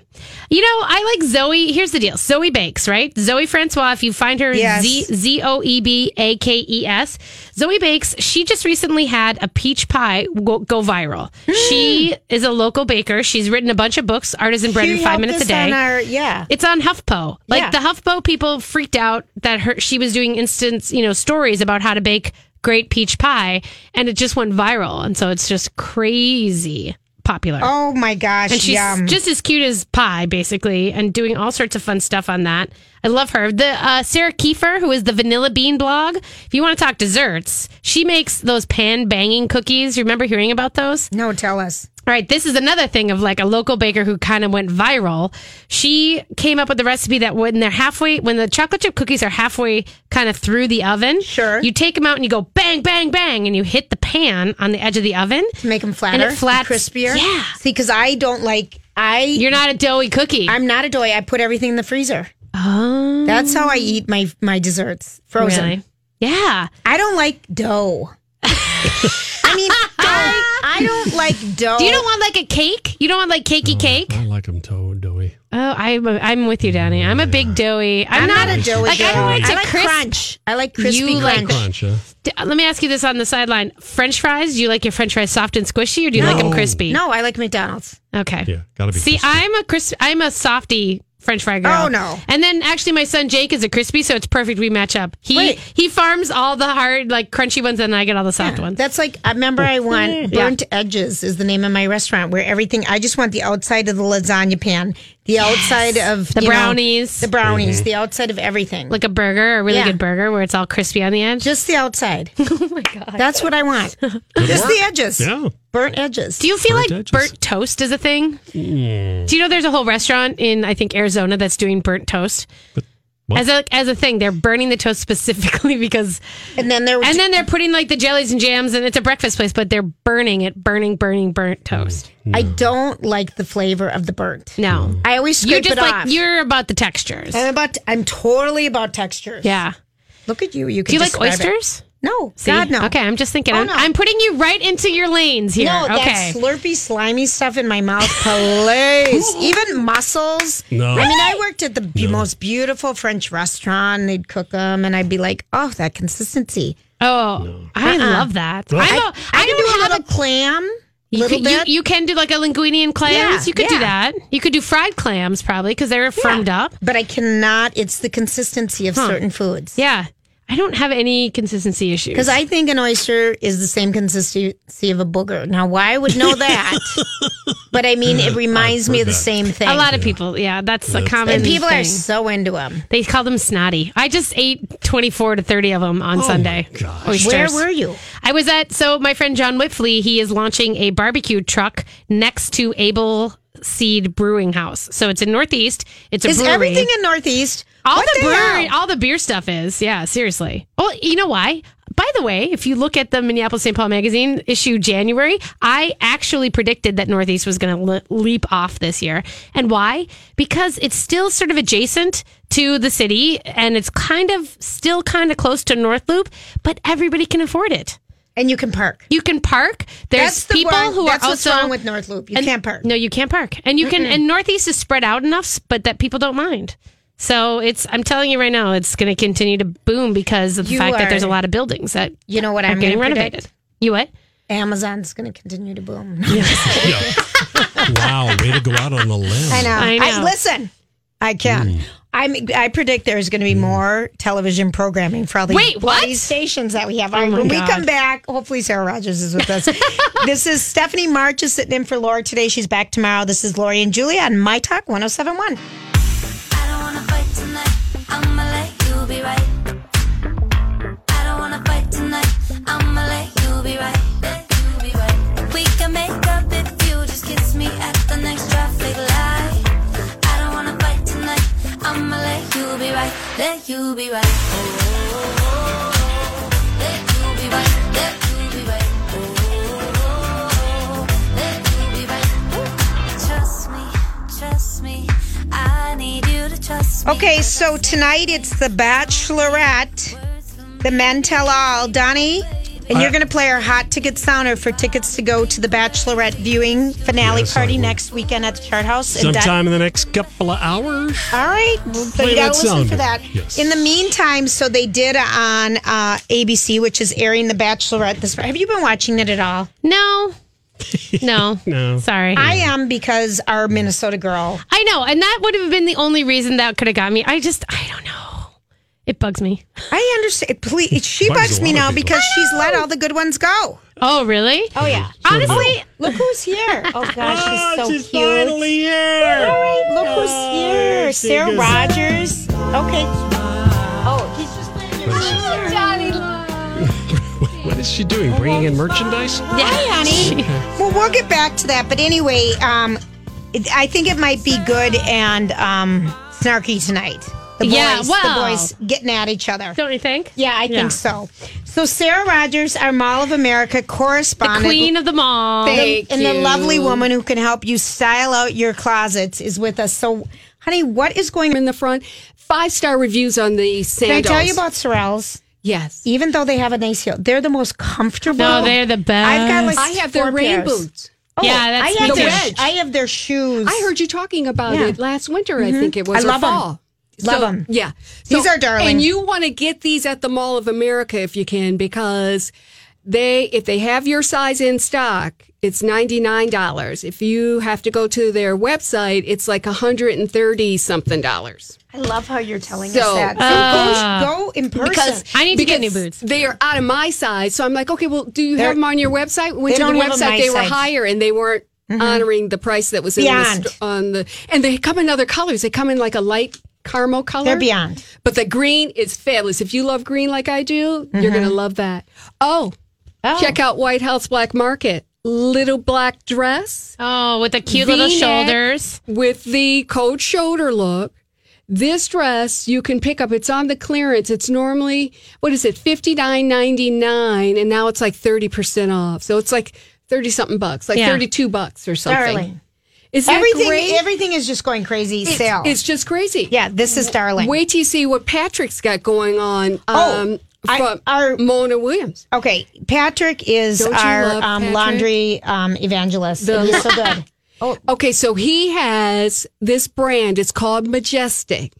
Speaker 6: You know, I like Zoe. Here's the deal Zoe Bakes, right? Zoe Francois, if you find her,
Speaker 3: Yes.
Speaker 6: Z Z O E B A K E S. Zoe Bakes, she just recently had a peach pie go, go viral.
Speaker 3: Mm.
Speaker 6: she is a local baker. She's written a bunch of books, Artisan Bread
Speaker 3: She
Speaker 6: in Five
Speaker 3: helped
Speaker 6: Minutes a
Speaker 3: us
Speaker 6: Day.
Speaker 3: on our- yeah.
Speaker 6: It's on HuffPo. Like
Speaker 3: Yeah.
Speaker 6: the HuffPo people freaked out that her she was doing instant, you know, stories about how to bake great peach pie, and it just went viral. And so it's just crazy popular.
Speaker 3: Oh my gosh.
Speaker 6: and she's
Speaker 3: yum.
Speaker 6: just as cute as pie, basically, and doing all sorts of fun stuff on that. I love her. The uh, Sarah Kiefer, who is the Vanilla Bean blog. If you want to talk desserts, she makes those pan banging cookies. You Remember hearing about those?
Speaker 3: no, tell us.
Speaker 6: All right, this is another thing of like a local baker who kind of went viral. She came up with a recipe that when they're halfway, when the chocolate chip cookies are halfway kind of through the oven, sure, you take them out and you go bang, bang, bang, and you hit the pan on the edge of the oven
Speaker 3: to make them flatter,
Speaker 6: and it flats,
Speaker 3: crispier.
Speaker 6: Yeah,
Speaker 3: See, because I don't like I. You're
Speaker 6: not a doughy cookie.
Speaker 3: I'm not a doughy. I put everything in the freezer.
Speaker 6: Oh,
Speaker 3: that's how I eat my my desserts frozen.
Speaker 6: Really? Yeah,
Speaker 3: I don't like dough. I mean, dough, I don't like dough.
Speaker 6: Do you don't want like a cake? You don't want like cakey cake?
Speaker 2: I like them toe doughy.
Speaker 6: Oh, I'm a, I'm with you, Danny. I'm a big doughy. I'm,
Speaker 3: I'm not a doughy
Speaker 6: Like I
Speaker 3: girl.
Speaker 6: don't want it to
Speaker 3: I like
Speaker 6: crisp.
Speaker 3: crunch. I like crispy
Speaker 6: You like-
Speaker 3: crunch.
Speaker 2: Crunch, huh?
Speaker 6: D- uh, Let me ask you this on the sideline: French fries. Do you like your French fries soft and squishy, or do you like them crispy?
Speaker 3: No, I like McDonald's.
Speaker 6: Okay.
Speaker 2: Yeah, gotta be.
Speaker 6: See, I'm a crisp. I'm a softy French fry girl.
Speaker 3: Oh, no.
Speaker 6: And then actually, my son Jake is a crispy, so it's perfect. We match up. He
Speaker 3: Wait.
Speaker 6: he farms all the hard, like crunchy ones, and I get all the soft ones.
Speaker 3: That's like I remember I
Speaker 6: Mm.
Speaker 3: want
Speaker 6: Yeah.
Speaker 3: burnt edges is the name of my restaurant where everything I just want the outside of the lasagna pan, the outside of
Speaker 6: The
Speaker 3: you know,
Speaker 6: brownies.
Speaker 3: the brownies,
Speaker 6: Mhm.
Speaker 3: the outside of everything,
Speaker 6: Like a burger, a really
Speaker 3: Yeah.
Speaker 6: good burger, where it's all crispy on the edge.
Speaker 3: just the outside. oh
Speaker 6: my god,
Speaker 3: that's what I want. just the edges.
Speaker 2: Yeah.
Speaker 3: burnt edges.
Speaker 6: Do you feel
Speaker 2: Burnt
Speaker 6: like
Speaker 2: edges.
Speaker 6: burnt toast is a thing?
Speaker 2: Mm.
Speaker 6: Do you know there's a whole restaurant in I think Arizona that's doing burnt toast?
Speaker 2: what?
Speaker 6: As a as a thing, they're burning the toast specifically because
Speaker 3: And then they're
Speaker 6: and then they're putting like the jellies and jams and it's a breakfast place, but they're burning it, burning, burning burnt toast.
Speaker 3: I don't like the flavor of the burnt.
Speaker 6: No.
Speaker 3: I always scrape
Speaker 6: You're just
Speaker 3: it
Speaker 6: like
Speaker 3: off. Oh.
Speaker 6: you're about the textures.
Speaker 3: I'm about. I'm totally about textures.
Speaker 6: Yeah.
Speaker 3: Look at you. You
Speaker 6: Do
Speaker 3: can
Speaker 6: you like
Speaker 3: describe it.
Speaker 6: oysters?
Speaker 3: No.
Speaker 6: See?
Speaker 3: God no.
Speaker 6: Okay, I'm just thinking.
Speaker 3: Oh,
Speaker 6: I'm,
Speaker 3: no.
Speaker 6: I'm putting you right into your lanes here.
Speaker 3: No,
Speaker 6: okay.
Speaker 3: that slurpy, slimy stuff in my mouth, please. Even mussels.
Speaker 6: No.
Speaker 3: I mean, I worked at the be- most beautiful French restaurant. and They'd cook them, and I'd be like, "Oh, that consistency."
Speaker 6: Oh, I
Speaker 3: Uh-uh.
Speaker 6: love that.
Speaker 3: I,
Speaker 6: I, don't, I,
Speaker 3: I can
Speaker 6: don't
Speaker 3: do a
Speaker 6: have
Speaker 3: little clam.
Speaker 6: You,
Speaker 3: little
Speaker 6: could, you,
Speaker 3: bit.
Speaker 6: you can do like a linguine and clams.
Speaker 3: Yeah,
Speaker 6: you could do
Speaker 3: yeah.
Speaker 6: that. You could do fried clams probably because they're firmed up.
Speaker 3: But I cannot. It's the consistency of
Speaker 6: Huh.
Speaker 3: certain foods.
Speaker 6: Yeah. I don't have any consistency issues.
Speaker 3: Because I think an oyster is the same consistency of a booger. Now, why I would know that, but I mean, it reminds me of the
Speaker 6: that.
Speaker 3: same thing.
Speaker 6: A lot of people, yeah, that's a common
Speaker 3: and people
Speaker 6: thing.
Speaker 3: are so into them.
Speaker 6: they call them snotty. I just ate 24 to 30 of them on Sunday.
Speaker 3: Where
Speaker 6: Oysters.
Speaker 3: were you?
Speaker 6: I was at so my friend John Whiffley, he is launching a barbecue truck next to Able Seed Brewing House. So it's in Northeast. It's a
Speaker 3: Is
Speaker 6: brewery.
Speaker 3: everything in Northeast?
Speaker 6: All
Speaker 3: What
Speaker 6: the brewery,
Speaker 3: hell?
Speaker 6: all the beer stuff is. Yeah, seriously. Oh, you know why? By the way, if you look at the Minneapolis St. Paul magazine issue January, I actually predicted that Northeast was going to le- leap off this year. And why? Because it's still sort of adjacent to the city and it's kind of still kind of close to North Loop, but everybody can afford it.
Speaker 3: And you can park.
Speaker 6: You can park. There's
Speaker 3: That's the
Speaker 6: people
Speaker 3: word-
Speaker 6: who
Speaker 3: that's
Speaker 6: are
Speaker 3: what's
Speaker 6: also
Speaker 3: wrong with North Loop. You
Speaker 6: and-
Speaker 3: can't park.
Speaker 6: No, you can't park, and you can.
Speaker 3: Mm-mm.
Speaker 6: And Northeast is spread out enough, s- but that people don't mind. So it's. I'm telling you right now, it's going to continue to boom because of the
Speaker 3: You
Speaker 6: fact that there's
Speaker 3: are-
Speaker 6: a lot of buildings that
Speaker 3: You know what
Speaker 6: are
Speaker 3: I'm
Speaker 6: getting
Speaker 3: gonna
Speaker 6: renovated.
Speaker 3: predict?
Speaker 6: You what?
Speaker 3: Amazon's going to continue to boom.
Speaker 2: wow, way to go out on a limb.
Speaker 3: I know.
Speaker 6: I know.
Speaker 3: listen, I can.
Speaker 2: Mm.
Speaker 3: I'm, I predict there's going to be more television programming for all these
Speaker 6: Wait, what? Oh
Speaker 3: bloody stations that we have. All right,
Speaker 6: my
Speaker 3: when
Speaker 6: God.
Speaker 3: we come back, hopefully Sarah Rogers is with us. this is Stephanie March is sitting in for Laura today. She's back tomorrow. This is Lori and Julia on My Talk 1071.
Speaker 5: I don't wanna fight tonight. I'ma let you be right. I don't wanna fight tonight. I'ma let you be right. Let you be right. We can make up if you just kiss me at the next traffic light. I don't wanna fight tonight. I'ma let you be right. Let you be right. Oh, oh, oh, oh. Let you be right. Let you be right. Oh, oh, oh, oh. Let you be right. Trust me, trust me. I need you to trust me.
Speaker 3: Okay, so tonight it's The Bachelorette, The Men Tell All. Donnie, and
Speaker 2: Uh,
Speaker 3: you're going to play our hot ticket sounder for tickets to go to The Bachelorette viewing finale
Speaker 2: Yes, I
Speaker 3: party
Speaker 2: will.
Speaker 3: next weekend at the Chart House. in Dun-
Speaker 2: Sometime in the next couple of hours.
Speaker 3: All right. Well, so
Speaker 2: Play
Speaker 3: you got
Speaker 2: that
Speaker 3: to listen
Speaker 2: sounder.
Speaker 3: for that.
Speaker 2: Yes.
Speaker 3: In the meantime, so they did on uh, ABC, which is airing The Bachelorette this Have you been watching it at all?
Speaker 6: No, no,
Speaker 2: no.
Speaker 6: Sorry,
Speaker 3: I am because our Minnesota girl.
Speaker 6: I know, and that would have been the only reason that could have got me. I just, I don't know. It bugs me.
Speaker 3: I understand. Please, she
Speaker 6: Bugs a
Speaker 3: bugs me
Speaker 6: lot of
Speaker 3: now
Speaker 6: people.
Speaker 3: because she's let all the good ones go.
Speaker 6: Oh, really?
Speaker 3: Oh yeah.
Speaker 6: Honestly-
Speaker 3: Oh, look who's here. Oh gosh, she's
Speaker 2: Oh,
Speaker 3: so
Speaker 2: she's
Speaker 3: cute.
Speaker 2: finally here.
Speaker 3: All right, look who's here.
Speaker 2: she
Speaker 3: Sarah
Speaker 2: is-
Speaker 3: Rogers. Okay. Oh, he's just playing your sister. Johnny.
Speaker 2: What is she doing? Bringing in merchandise?
Speaker 3: Hi, honey. well, we'll get back to that. But anyway, um, it, I think it might be good and um, snarky tonight. The boys,
Speaker 6: Yeah, well.
Speaker 3: the boys getting at each other.
Speaker 6: Don't you think?
Speaker 3: Yeah, I think so. So Sarah Rogers, our Mall of America
Speaker 6: The
Speaker 3: correspondent,
Speaker 6: queen of them all.
Speaker 3: Thank and the lovely woman who can help you style out your closets is with us. So, honey, what is going in the front?
Speaker 15: Five star reviews on the
Speaker 3: Can I tell you
Speaker 15: sandals.
Speaker 3: about Sorels?
Speaker 15: Yes.
Speaker 3: Even though they have a nice heel, they're the most comfortable.
Speaker 6: No, they're the best.
Speaker 3: I've got like
Speaker 15: I have their
Speaker 3: four
Speaker 15: rain
Speaker 3: pairs.
Speaker 15: boots.
Speaker 3: Oh,
Speaker 6: Yeah, that's
Speaker 3: I have
Speaker 6: me
Speaker 3: their,
Speaker 6: too.
Speaker 3: I have their shoes.
Speaker 15: I heard you talking about
Speaker 3: Yeah.
Speaker 15: it last winter. I
Speaker 3: Mhm.
Speaker 15: think it was.
Speaker 3: I
Speaker 15: or
Speaker 3: love 'em.
Speaker 15: fall.
Speaker 3: Love 'em.
Speaker 15: Yeah,
Speaker 3: These are darling.
Speaker 15: And you want to get these at the Mall of America if you can, because they if they have your size in stock, it's ninety nine dollars. If you have to go to their website, it's like hundred and thirty something dollars.
Speaker 3: I love how you're telling
Speaker 15: So-
Speaker 3: us that. So
Speaker 15: Uh,
Speaker 3: go, go in person.
Speaker 15: Because
Speaker 3: because
Speaker 15: because They are out of my size, so I'm like, okay, well, do you
Speaker 3: They're-
Speaker 15: have them on your website? Went
Speaker 3: They
Speaker 15: to the
Speaker 3: don't Mm-hmm. have 'em
Speaker 15: website,
Speaker 3: my
Speaker 15: they were
Speaker 3: size.
Speaker 15: higher, and they weren't honoring the price that was in
Speaker 3: Beyond.
Speaker 15: the st- on the. And they come in other colors. They come in like a light caramel color.
Speaker 3: They're beyond.
Speaker 15: But the green is fabulous. If you love green like I do, you're going to love that. Oh, check out White House Black Market. Little black dress.
Speaker 6: Oh, with the cute little
Speaker 15: V-neck
Speaker 6: shoulders.
Speaker 15: With the cold shoulder look. This dress you can pick up. It's on the clearance. It's normally what is it, fifty nine ninety nine, and now it's like thirty percent off. So it's like thirty something bucks, like
Speaker 6: Yeah.
Speaker 15: thirty two bucks or something.
Speaker 3: Darling.
Speaker 15: Is that
Speaker 3: everything,
Speaker 15: great?
Speaker 3: everything is just going crazy.
Speaker 15: It's-
Speaker 3: sale.
Speaker 15: It's just crazy.
Speaker 3: yeah, this is darling.
Speaker 15: Wait till you see what Patrick's got going on.
Speaker 3: Oh,
Speaker 15: Um,
Speaker 3: I-
Speaker 15: from
Speaker 3: our-
Speaker 15: Mona Williams.
Speaker 3: Okay, Patrick is
Speaker 15: Don't you
Speaker 3: our
Speaker 15: love
Speaker 3: um,
Speaker 15: Patrick?
Speaker 3: laundry um, evangelist. and he's so good.
Speaker 15: Okay, so he has this brand. It's called Majestic.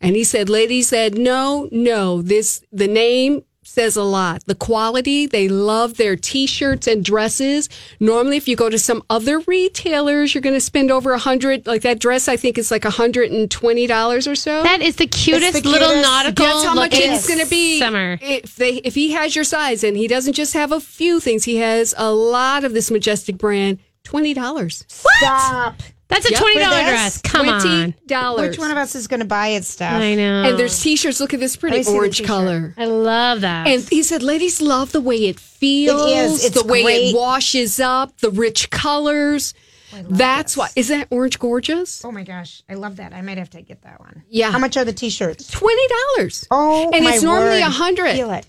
Speaker 15: And he said, ladies said, no, no, this, the name says a lot. The quality, they love their t-shirts and dresses. Normally, if you go to some other retailers, you're going to spend over a hundred, like that dress, I think is like $120 or so.
Speaker 6: That is the cutest,
Speaker 3: It's the
Speaker 6: little
Speaker 3: cutest.
Speaker 6: nautical.
Speaker 15: That's how much
Speaker 6: looking
Speaker 15: it's going to be.
Speaker 6: Summer.
Speaker 15: If they, if he has your size, and he doesn't just have a few things, he has a lot of this majestic brand. Twenty dollars.
Speaker 3: Stop.
Speaker 6: That's a
Speaker 15: Yep.
Speaker 6: twenty dollar
Speaker 3: That's
Speaker 6: dress. Come on.
Speaker 15: Twenty dollars.
Speaker 3: Which one of us is going to buy it, stuff?
Speaker 6: I know.
Speaker 15: And there's t-shirts. Look at this
Speaker 3: I
Speaker 15: pretty
Speaker 3: see the
Speaker 15: orange
Speaker 3: t-shirt.
Speaker 15: color.
Speaker 6: I love that.
Speaker 15: And he said, "Ladies love the way it feels.
Speaker 3: It's
Speaker 15: the way
Speaker 3: great.
Speaker 15: it washes up. The rich colors. That's why. Is that orange gorgeous?
Speaker 3: Oh my gosh, I love that. I might have to get that one.
Speaker 15: Yeah.
Speaker 3: How much are the t-shirts?
Speaker 15: Twenty dollars.
Speaker 3: Oh,
Speaker 15: and
Speaker 3: my
Speaker 15: it's normally
Speaker 3: word.
Speaker 15: a hundred. Uh-uh.
Speaker 3: Feel it.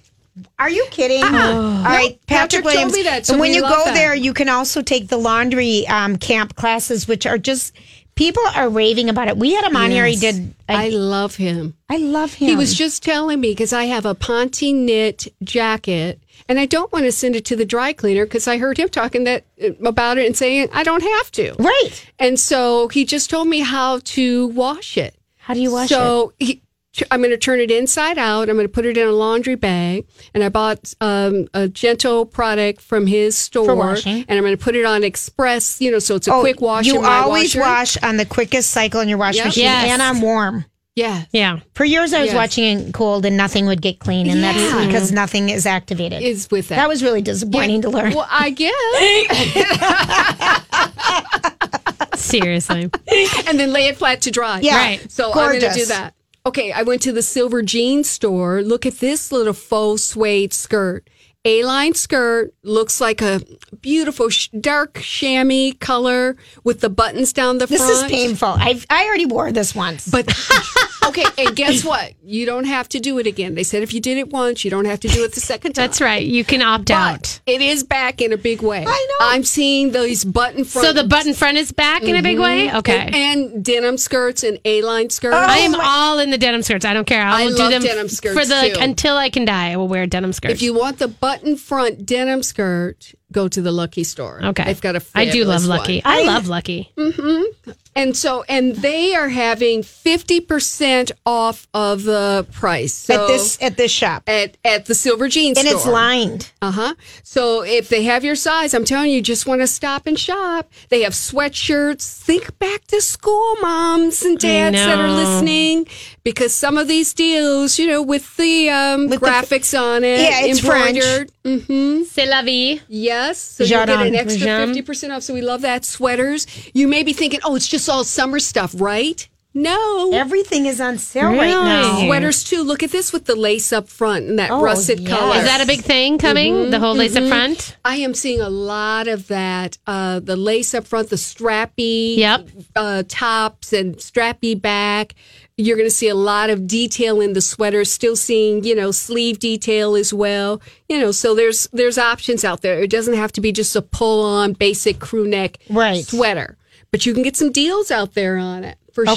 Speaker 3: Are you kidding? All right, Patrick,
Speaker 15: Patrick told
Speaker 3: Williams.
Speaker 15: me that, so
Speaker 3: and when
Speaker 15: we
Speaker 3: you
Speaker 15: love
Speaker 3: go
Speaker 15: that.
Speaker 3: there, you can also take the laundry um, camp classes, which are just people are raving about it. We had him on here. He
Speaker 15: Yes.
Speaker 3: did.
Speaker 15: I
Speaker 3: I,
Speaker 15: love him.
Speaker 3: I love him.
Speaker 15: He was just telling me because I have a Ponte knit jacket And I don't want to send it to the dry cleaner because I heard him talking that about it and saying I don't have to.
Speaker 3: Right.
Speaker 15: And so he just told me how to wash it.
Speaker 3: How do you wash
Speaker 15: so it? So he. t- I'm going to turn it inside out. I'm going to put it in a laundry bag, and I bought um, a gentle product from his store.
Speaker 3: washing?
Speaker 15: And I'm going to put it on express, you know, so it's a quick wash.
Speaker 3: oh, You
Speaker 15: in my
Speaker 3: always
Speaker 15: washer.
Speaker 3: wash on the quickest cycle in your wash
Speaker 15: Yep.
Speaker 3: machine,
Speaker 15: Yes.
Speaker 3: and I'm warm.
Speaker 15: Yeah.
Speaker 6: Yeah.
Speaker 3: For years, I was
Speaker 15: Yes.
Speaker 3: watching it cold, and nothing would get clean, and
Speaker 15: Yeah.
Speaker 3: that's because nothing is activated.
Speaker 15: Is with that.
Speaker 3: That was really disappointing to learn.
Speaker 15: Well, I guess.
Speaker 6: Seriously.
Speaker 15: and then lay it flat to dry.
Speaker 6: Yeah. Right.
Speaker 15: So I'm going
Speaker 6: Gorgeous.
Speaker 15: to do that. Okay, I went to the silver jean store. Look at this little faux suede skirt. A line skirt looks like a beautiful sh- dark chamois color with the buttons down the
Speaker 3: This
Speaker 15: front.
Speaker 3: is painful. I've, I already wore this once.
Speaker 15: But okay, and guess what? You don't have to do it again. They said if you did it once, you don't have to do it the second time.
Speaker 6: That's right. You can opt out.
Speaker 15: It is back in a big way. I know. I'm seeing those button front.
Speaker 6: So the button front is back in a big way?
Speaker 15: Mhm.
Speaker 6: Okay.
Speaker 15: And, and denim skirts and A line skirts.
Speaker 6: I am all in the denim skirts. I don't care. I
Speaker 15: I
Speaker 6: will do
Speaker 15: love
Speaker 6: them
Speaker 15: denim
Speaker 6: f-
Speaker 15: skirts,
Speaker 6: for the
Speaker 15: too.
Speaker 6: until I can die. I will wear denim skirts.
Speaker 15: If you want the button front denim skirt, go to the Lucky store.
Speaker 6: Okay.
Speaker 15: They've got a
Speaker 6: I do love
Speaker 15: fabulous one.
Speaker 6: Lucky. I love Lucky.
Speaker 15: Mm-hmm. And so, and they are having 50% off of the price.
Speaker 3: At this- at this shop.
Speaker 15: At, at the Silver Jeans
Speaker 3: And it's lined.
Speaker 15: Uh huh. So if they have your size, I'm telling you, you just want to stop and shop. They have sweatshirts. Think back to school, moms and dads that are
Speaker 6: know.
Speaker 15: listening, because some of these deals, you know, with the um, graphics on it,
Speaker 3: Yeah, it's French.
Speaker 15: embroidered. Mm-hmm.
Speaker 6: C'est la vie.
Speaker 15: Yes. So you get an
Speaker 6: Jardin.
Speaker 15: extra
Speaker 6: Jardin.
Speaker 15: 50% off. So we love that. Sweaters. You may be thinking, oh, it's just all summer stuff, right? No.
Speaker 3: Oh. Everything is on sale right now.
Speaker 15: Sweaters too. Look at this with the lace up front and that
Speaker 3: Oh,
Speaker 15: russet
Speaker 3: yes.
Speaker 15: color.
Speaker 6: Is that a big thing coming? The whole lace up
Speaker 15: mhm.
Speaker 6: front?
Speaker 15: I am seeing a lot of that. Uh, the lace up front, the strappy
Speaker 6: Yep.
Speaker 15: uh, tops and strappy back. You're going to see a lot of detail in the sweater. Still seeing, you know, sleeve detail as well. You know, so there's there's options out there. It doesn't have to be just a pull on basic crew neck
Speaker 3: Right.
Speaker 15: sweater, but you can get some deals out there on it for
Speaker 3: Okay.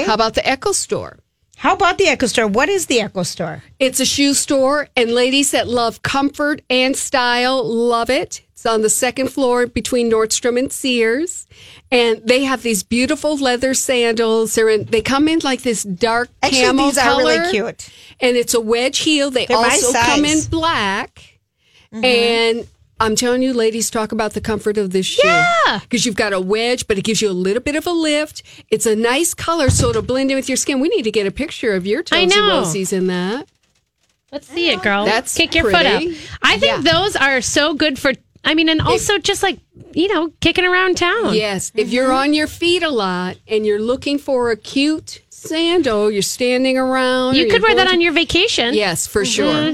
Speaker 15: sure. How about the Echo Store?
Speaker 3: How about the Echo Store? What is the Echo Store?
Speaker 15: It's a shoe store, and ladies that love comfort and style love it. It's on the second floor between Nordstrom and Sears, and they have these beautiful leather sandals. They're in, they come in like this dark
Speaker 3: Actually,
Speaker 15: camel
Speaker 3: these are
Speaker 15: color,
Speaker 3: really cute.
Speaker 15: and it's a wedge heel. They
Speaker 3: They're my
Speaker 15: also come in
Speaker 3: size.
Speaker 15: black, and uh, I'm telling you, ladies, talk about the comfort of this shoe. Yeah, because you've got a wedge, but it gives you a little bit of a lift. It's a nice color, so it'll blend in with your skin. We need to get a picture of your
Speaker 6: I
Speaker 15: toesy
Speaker 6: know.
Speaker 15: rosies in that.
Speaker 6: Let's see it, girl.
Speaker 15: That's
Speaker 6: kick your
Speaker 15: pretty.
Speaker 6: foot up. I think those are so good for. I mean, and also just like you know, kicking around town.
Speaker 15: Yes. If
Speaker 5: Mm-hmm.
Speaker 15: you're on your feet a lot and you're looking for a cute sandal, you're standing around.
Speaker 6: You
Speaker 15: or
Speaker 6: could
Speaker 15: you're
Speaker 6: wear that
Speaker 15: going
Speaker 6: on your vacation.
Speaker 15: Yes, for sure.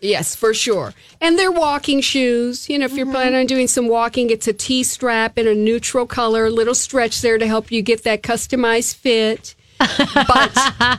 Speaker 15: Yes, for sure. And they're walking shoes. You know, if you're
Speaker 3: Mm-hmm.
Speaker 15: planning on doing some walking, it's a T strap in a neutral color, a little stretch there to help you get that customized fit. But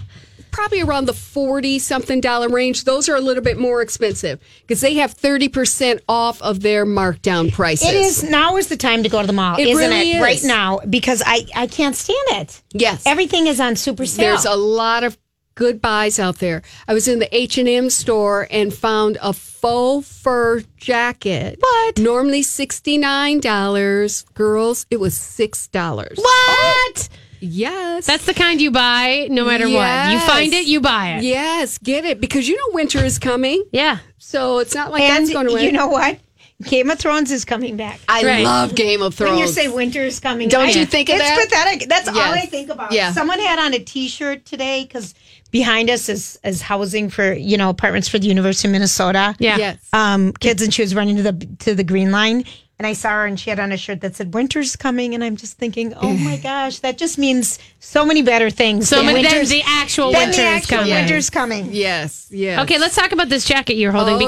Speaker 15: probably around the 40 something dollar range. Those are a little bit more expensive because they have 30% off of their markdown prices.
Speaker 3: It is now is the time to go to the mall,
Speaker 15: It
Speaker 3: is isn't
Speaker 15: really
Speaker 3: it?
Speaker 15: is.
Speaker 3: Right now, because I I can't stand it.
Speaker 15: Yes.
Speaker 3: everything is on super sale.
Speaker 15: There's a lot of good buys out there. I was in the H and M store and found a faux fur jacket. What? Normally sixty nine dollars, girls. It was six dollars.
Speaker 6: What?
Speaker 15: Yes.
Speaker 6: That's the kind you buy no matter what. You find it, you buy it.
Speaker 15: Yes, get it because you know winter is coming.
Speaker 6: Yeah.
Speaker 15: So it's not like
Speaker 3: and
Speaker 15: that's going away.
Speaker 3: you know what? Game of Thrones is coming back.
Speaker 15: I
Speaker 6: Right.
Speaker 15: love Game of Thrones.
Speaker 3: When you say winter is coming,
Speaker 15: Don't
Speaker 3: I-
Speaker 15: you think of
Speaker 3: it's
Speaker 15: that?
Speaker 3: pathetic. That's all
Speaker 15: Yes.
Speaker 3: I think about.
Speaker 15: Yeah.
Speaker 3: Someone had on a T-shirt today because behind us is is housing for you know apartments for the University of Minnesota.
Speaker 6: Yeah.
Speaker 15: Yes.
Speaker 3: Um, kids, and she was running to the to the green line. And I saw her, and she had on a shirt that said "Winter's coming," and I'm just thinking, "Oh my gosh, that just means so many better things."
Speaker 6: So
Speaker 3: than
Speaker 6: many, then
Speaker 3: winter's-
Speaker 6: the actual
Speaker 3: than
Speaker 6: winter
Speaker 3: the
Speaker 6: is
Speaker 3: actual
Speaker 6: coming.
Speaker 3: winter's coming.
Speaker 15: yes, yes.
Speaker 6: Okay, let's talk about this jacket you're holding
Speaker 15: Oh,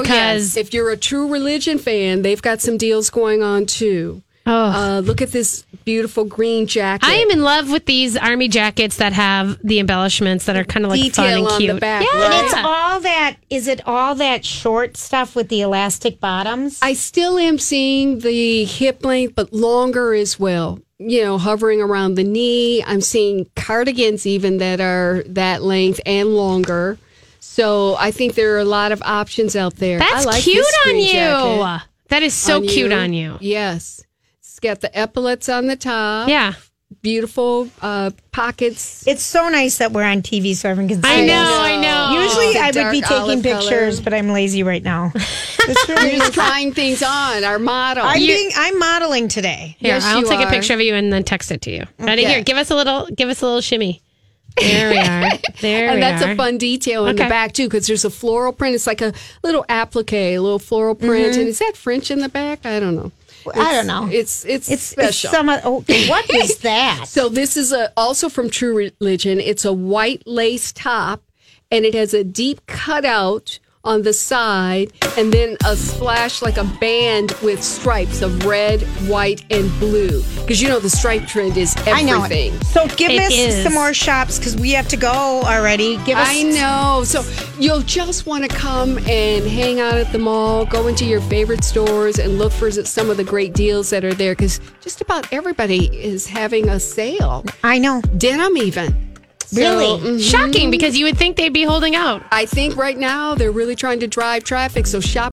Speaker 15: yes.
Speaker 6: because
Speaker 15: if you're a true religion fan, they've got some deals going on too. Uh, look at this beautiful green jacket.
Speaker 6: I am in love with these army jackets that have the embellishments that are kind of like fun
Speaker 15: Detail
Speaker 6: and
Speaker 15: on the
Speaker 6: cute.
Speaker 15: back,
Speaker 6: yeah.
Speaker 15: right?
Speaker 3: And it's all that. Is it all that short stuff with the elastic bottoms?
Speaker 15: I still am seeing the hip length, but longer as well. You know, hovering around the knee. I'm seeing cardigans even that are that length and longer. So I think there are a lot of options out there.
Speaker 6: That's
Speaker 15: I like
Speaker 6: cute
Speaker 15: this
Speaker 6: on
Speaker 15: green
Speaker 6: you.
Speaker 15: jacket.
Speaker 6: That is so cute on you.
Speaker 15: Yes. It's got the epaulets on the top.
Speaker 6: Yeah.
Speaker 15: Beautiful uh, pockets.
Speaker 3: It's so nice that we're on TV so everyone can see
Speaker 15: I
Speaker 3: us.
Speaker 15: know, I know.
Speaker 3: Usually
Speaker 15: The
Speaker 3: I would be
Speaker 15: dark
Speaker 3: taking
Speaker 15: olive color.
Speaker 3: pictures, but I'm lazy right now. This really
Speaker 15: You're just
Speaker 3: is-
Speaker 15: trying things on. Our model.
Speaker 3: I'm, being, I'm modeling today.
Speaker 6: Here,
Speaker 15: Yes,
Speaker 6: I'll
Speaker 15: you
Speaker 6: take a
Speaker 15: are.
Speaker 6: picture of you and then text it to you. Ready?
Speaker 15: Okay.
Speaker 6: Here, give us a little, give us a little shimmy. There we are. There
Speaker 15: and
Speaker 6: we
Speaker 15: that's
Speaker 6: are.
Speaker 15: a fun detail in
Speaker 6: Okay.
Speaker 15: the back too, because there's a floral print. It's like a little applique, a little floral print.
Speaker 3: Mhm.
Speaker 15: And is that French in the back? I don't know.
Speaker 3: I
Speaker 15: It's-
Speaker 3: don't know.
Speaker 15: It's it's,
Speaker 3: It's- it's
Speaker 15: special.
Speaker 3: some of- oh, what is that?
Speaker 15: so this is a, also from True Religion. It's a white lace top, and it has a deep cutout on the side, and then a splash like a band with stripes of red, white, and blue. Because you know the stripe trend is everything.
Speaker 3: I know it. So give us some more shops because we have to go already. Give us.
Speaker 15: I know. Oh, So you'll just want to come and hang out at the mall, go into your favorite stores, and look for some of the great deals that are there because just about everybody is having a sale.
Speaker 3: I know.
Speaker 15: Denim, even. So, mhm.
Speaker 6: shocking because you would think they'd be holding out.
Speaker 15: I think right now they're really trying to drive traffic, so shop